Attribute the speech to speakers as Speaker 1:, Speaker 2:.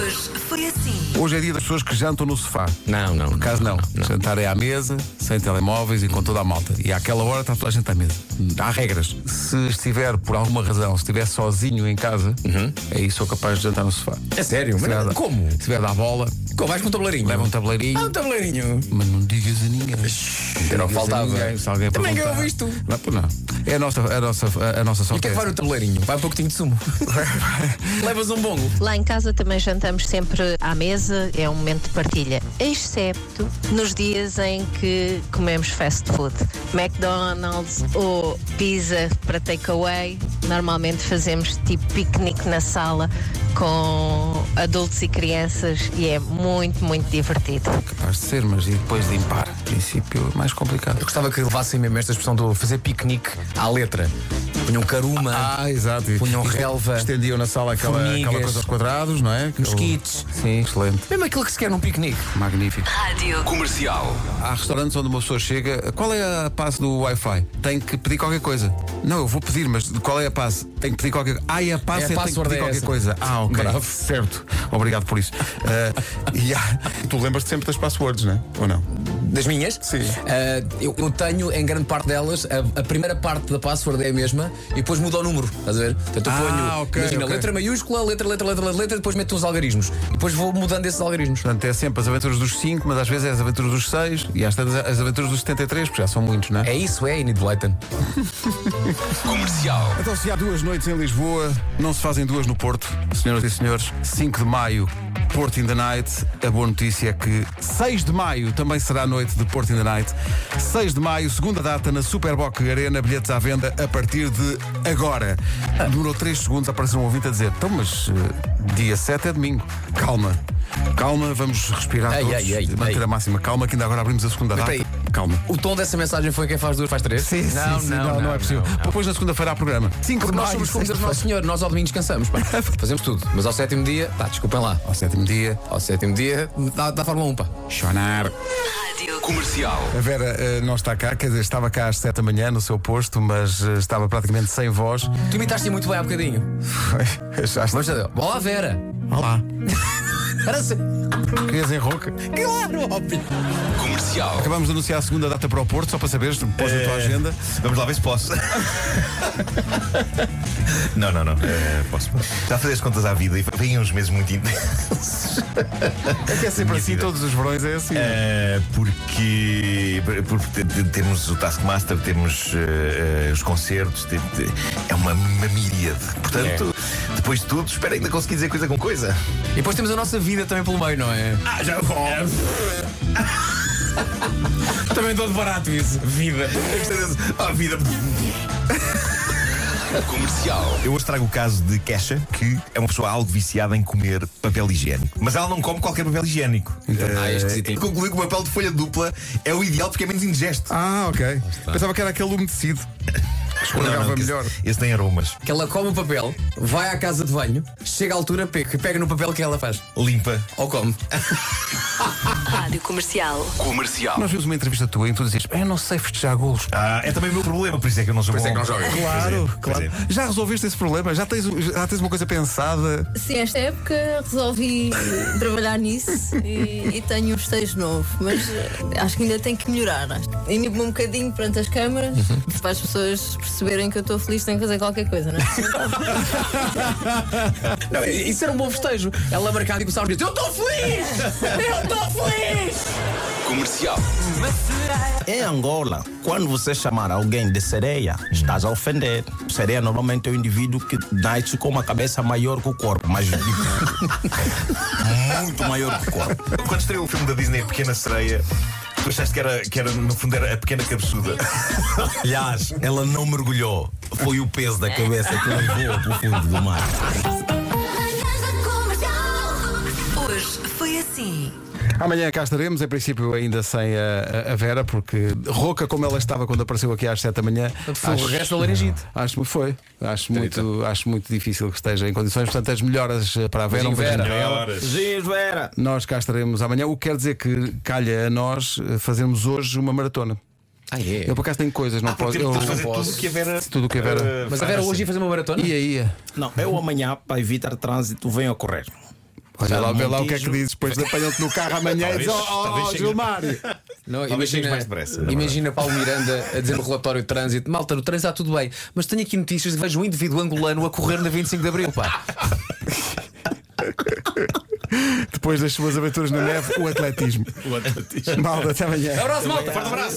Speaker 1: Foi assim.
Speaker 2: Hoje é dia das pessoas que jantam no sofá.
Speaker 3: Não, não. Por
Speaker 2: Caso não, jantar é à mesa, sem telemóveis e com toda a malta. E àquela hora está toda a gente à mesa. Há regras. Se estiver, por alguma razão, se estiver sozinho em casa, aí sou capaz de jantar no sofá.
Speaker 3: É sério?
Speaker 2: Se tiver-
Speaker 3: Mas como?
Speaker 2: Se tiver da bola,
Speaker 3: Como? Vais com um tabuleirinho?
Speaker 2: leva um
Speaker 3: Ah,
Speaker 2: tabuleirinho,
Speaker 3: um tabuleirinho.
Speaker 2: mas não digas a ninguém.
Speaker 3: Era o que
Speaker 2: Digas a
Speaker 3: faltava.
Speaker 2: ninguém, se alguém
Speaker 3: Também
Speaker 2: perguntar.
Speaker 3: eu ouvi isto.
Speaker 2: Não, pois não. É a nossa, a nossa, a, a nossa
Speaker 3: E o que é que vai no tabuleirinho? Vai um pouquinho de sumo. Levas um bongo.
Speaker 4: Lá em casa também jantamos sempre à mesa, é um momento de partilha, excepto nos dias em que comemos fast food. McDonald's ou pizza para takeaway. Normalmente fazemos tipo piquenique na sala com adultos e crianças e é muito, muito divertido.
Speaker 2: Capaz de ser, mas e depois de impar? Em princípio, é mais complicado.
Speaker 3: Eu gostava que levassem mesmo esta expressão do fazer piquenique à letra. Punham caruma.
Speaker 2: Ah, exato.
Speaker 3: Punham
Speaker 2: Isto-
Speaker 3: relva.
Speaker 2: Estendiam na sala aquela,
Speaker 3: Formigas.
Speaker 2: aquela coisa aos quadrados, não é? Aquele-
Speaker 3: Mosquitos.
Speaker 2: Sim, excelente.
Speaker 3: Mesmo aquilo que se quer num piquenique.
Speaker 2: Magnífico.
Speaker 1: Rádio
Speaker 5: Comercial.
Speaker 2: Há restaurantes onde uma pessoa chega. Qual é a passe do Wi-Fi? Tem que pedir qualquer coisa. Não, eu vou pedir, mas qual é a passe? Tem que pedir qualquer coisa. Ah, e a
Speaker 3: É, a
Speaker 2: passe é, tem que
Speaker 3: password
Speaker 2: pedir
Speaker 3: é
Speaker 2: qualquer
Speaker 3: essa.
Speaker 2: coisa. Ah, ok.
Speaker 3: Bravo.
Speaker 2: Certo. Obrigado por isso. Ah, e há- Tu lembras-te sempre das passwords, não é? Ou não?
Speaker 3: Das minhas?
Speaker 2: Sim.
Speaker 3: Ah, eu, eu tenho, em grande parte delas, a, a primeira parte da password é a mesma e depois muda o número. Estás a ver? Portanto, eu
Speaker 2: Ah,
Speaker 3: ponho,
Speaker 2: ok,
Speaker 3: imagina,
Speaker 2: ok.
Speaker 3: letra maiúscula, letra, letra, letra, letra, letra, depois meto uns algarismos. E depois vou mudando esses algarismos.
Speaker 2: Portanto, é sempre as aventuras dos 5, mas às vezes é as aventuras dos 6 e às tantas é as aventuras dos 73, porque já são muitos, não é?
Speaker 3: É isso, é Enid Blyton.
Speaker 5: Comercial.
Speaker 2: Então, se há duas noites em Lisboa, não se fazem duas no Porto. Senhoras e senhores, 5 de maio, Porto in the Night. A boa notícia é que 6 de maio também será a noite de Porto in the Night. 6 de maio, segunda data na Superboc Arena, bilhetes à venda a partir de agora. Demorou 3 segundos, apareceu um ouvinte a dizer: então, mas eh, dia 7 é domingo. Calma, calma, vamos respirar
Speaker 3: Ei,
Speaker 2: todos,
Speaker 3: ei, ei,
Speaker 2: manter
Speaker 3: ei.
Speaker 2: a máxima calma, que ainda agora abrimos a segunda
Speaker 3: Mas
Speaker 2: data.
Speaker 3: espera
Speaker 2: Calma.
Speaker 3: O tom dessa mensagem foi quem faz duas faz três?
Speaker 2: Sim,
Speaker 3: não,
Speaker 2: sim, sim,
Speaker 3: não,
Speaker 2: não, não é possível. é
Speaker 3: não, não.
Speaker 2: Depois na segunda-feira há programa. 5 de
Speaker 3: Porque nós
Speaker 2: maio.
Speaker 3: somos como diz o
Speaker 2: sexta-feira.
Speaker 3: Nosso Senhor, nós ao domingo descansamos. pá. Fazemos tudo. Mas ao sétimo dia, pá, desculpem lá.
Speaker 2: Ao sétimo dia,
Speaker 3: Ao sétimo dia, dá, dá Fórmula 1, pá.
Speaker 2: chorar.
Speaker 1: Rádio
Speaker 5: Comercial.
Speaker 2: A Vera eh, não está cá, quer dizer, estava cá às 7 da manhã no seu posto, mas eh, estava praticamente sem voz.
Speaker 3: Tu imitaste muito bem há bocadinho.
Speaker 2: Achaste?
Speaker 3: Vamos fazer. Olá, Vera.
Speaker 2: Olá.
Speaker 3: Era assim.
Speaker 2: Querias em roca?
Speaker 3: Claro, óbvio.
Speaker 5: Comercial.
Speaker 2: Acabamos de anunciar a segunda data para o Porto, só para saberes, pôs
Speaker 6: É.
Speaker 2: na tua agenda.
Speaker 6: Vamos lá ver se posso. não, não, não. Eh, posso. posso. Já fazes contas à vida e vêm uns meses muito intensos.
Speaker 2: É que é sempre
Speaker 6: Minha
Speaker 2: assim,
Speaker 6: vida.
Speaker 2: todos os verões é assim.
Speaker 6: Eh, porque por, por- te- te- temos o Taskmaster, temos eh, eh, os concertos, te- te- é uma, uma miríade. Portanto, depois de tudo, espero ainda conseguir dizer coisa com coisa.
Speaker 3: E depois temos a nossa vida também pelo meio, não é?
Speaker 6: Ah, já vou!
Speaker 3: Também dou de barato isso. Vida.
Speaker 6: Ah, vida!
Speaker 5: Comercial.
Speaker 6: Eu hoje trago o caso de Kesha, que é uma pessoa algo viciada em comer papel higiênico. Mas ela não come qualquer papel higiênico.
Speaker 3: Ah, é esquisito.
Speaker 6: Concluí que o papel de folha dupla é o ideal porque é menos indigesto.
Speaker 2: Ah, ok. Pensava que era aquele umedecido. Escorregava
Speaker 6: esse-
Speaker 2: melhor.
Speaker 6: Esse tem aromas.
Speaker 3: Que ela come o papel, vai à casa de banho, chega à altura, pega, pega no papel que ela faz.
Speaker 6: Limpa.
Speaker 3: Ou come.
Speaker 1: Rádio Comercial.
Speaker 5: Comercial.
Speaker 2: Nós vimos uma entrevista tua em que tu dizias, eu não sei festejar golos.
Speaker 6: Ah, é também o meu problema, por isso é que eu não sou bom.
Speaker 2: Claro,
Speaker 6: Pois é,
Speaker 2: claro.
Speaker 6: pois é.
Speaker 2: Já resolveste esse problema? Já tens, um, já tens uma coisa pensada?
Speaker 7: Sim, esta época resolvi trabalhar nisso e, e tenho um festejo novo, mas eh, acho que ainda tenho que melhorar. acho. Inibo-me um bocadinho perante as câmaras para as pessoas perceberem que eu estou feliz, tenho que fazer qualquer coisa, não é?
Speaker 3: Não, isso era um bom festejo. Ela marcada e começava a dizer: Eu estou feliz! Eu estou feliz!
Speaker 5: Comercial.
Speaker 8: Em Angola, quando você chamar alguém de sereia, estás a ofender. Sereia normalmente é um indivíduo que nasce com uma cabeça maior que o corpo, mas muito maior que o corpo.
Speaker 6: é. Quando estreou o filme da Disney, Pequena Sereia, tu achaste que era, que era no fundo, era a pequena cabeçuda.
Speaker 8: Aliás, ela não mergulhou. Foi o peso da cabeça que levou para o fundo do mar.
Speaker 1: Hoje foi assim.
Speaker 2: Amanhã cá estaremos, em princípio ainda sem a, a- a Vera, porque rouca como ela estava quando apareceu aqui às 7 da manhã.
Speaker 3: Foi o regresso da laringite.
Speaker 2: Acho que foi. Acho muito, acho muito difícil que esteja em condições. Portanto, as melhoras eh, para a Vera.
Speaker 3: Beijinho,
Speaker 2: beijinho
Speaker 3: Vera.
Speaker 2: para ela.
Speaker 8: Giz, Vera!
Speaker 2: Nós cá estaremos amanhã, o que quer dizer que calha a nós eh, fazermos hoje uma maratona.
Speaker 3: Ah, é?
Speaker 2: Eu por acaso tenho coisas, não posso. Eu
Speaker 6: Ah, Temos de fazer tudo
Speaker 3: posso.
Speaker 6: o que a Vera.
Speaker 2: tudo o que a Vera.
Speaker 6: eh,
Speaker 3: Mas
Speaker 6: faz.
Speaker 3: a Vera hoje ia fazer uma maratona?
Speaker 2: E aí?
Speaker 8: Não, eu amanhã, para evitar trânsito, venho a correr.
Speaker 2: Olha lá, vê lá o que é que
Speaker 6: Montijo.
Speaker 2: dizes. Depois apanham-te no carro amanhã e dizes:
Speaker 6: Talvez-
Speaker 2: Oh,
Speaker 6: talvez
Speaker 2: oh,
Speaker 6: chegue-
Speaker 2: Gilmário!
Speaker 3: Não,
Speaker 6: Talvez chegues
Speaker 3: imagina,
Speaker 6: mais depressa, é? na
Speaker 3: imagina Paulo Miranda a dizer no relatório de trânsito: Malta, no trânsito está tudo bem, mas tenho aqui notícias de vejo um indivíduo angolano a correr na 25 de Abril, pá.
Speaker 2: Depois das suas aventuras na neve, o atletismo.
Speaker 6: O Atlético.
Speaker 2: Malta, até amanhã.
Speaker 3: Abraço, malta!
Speaker 6: Forte abraço.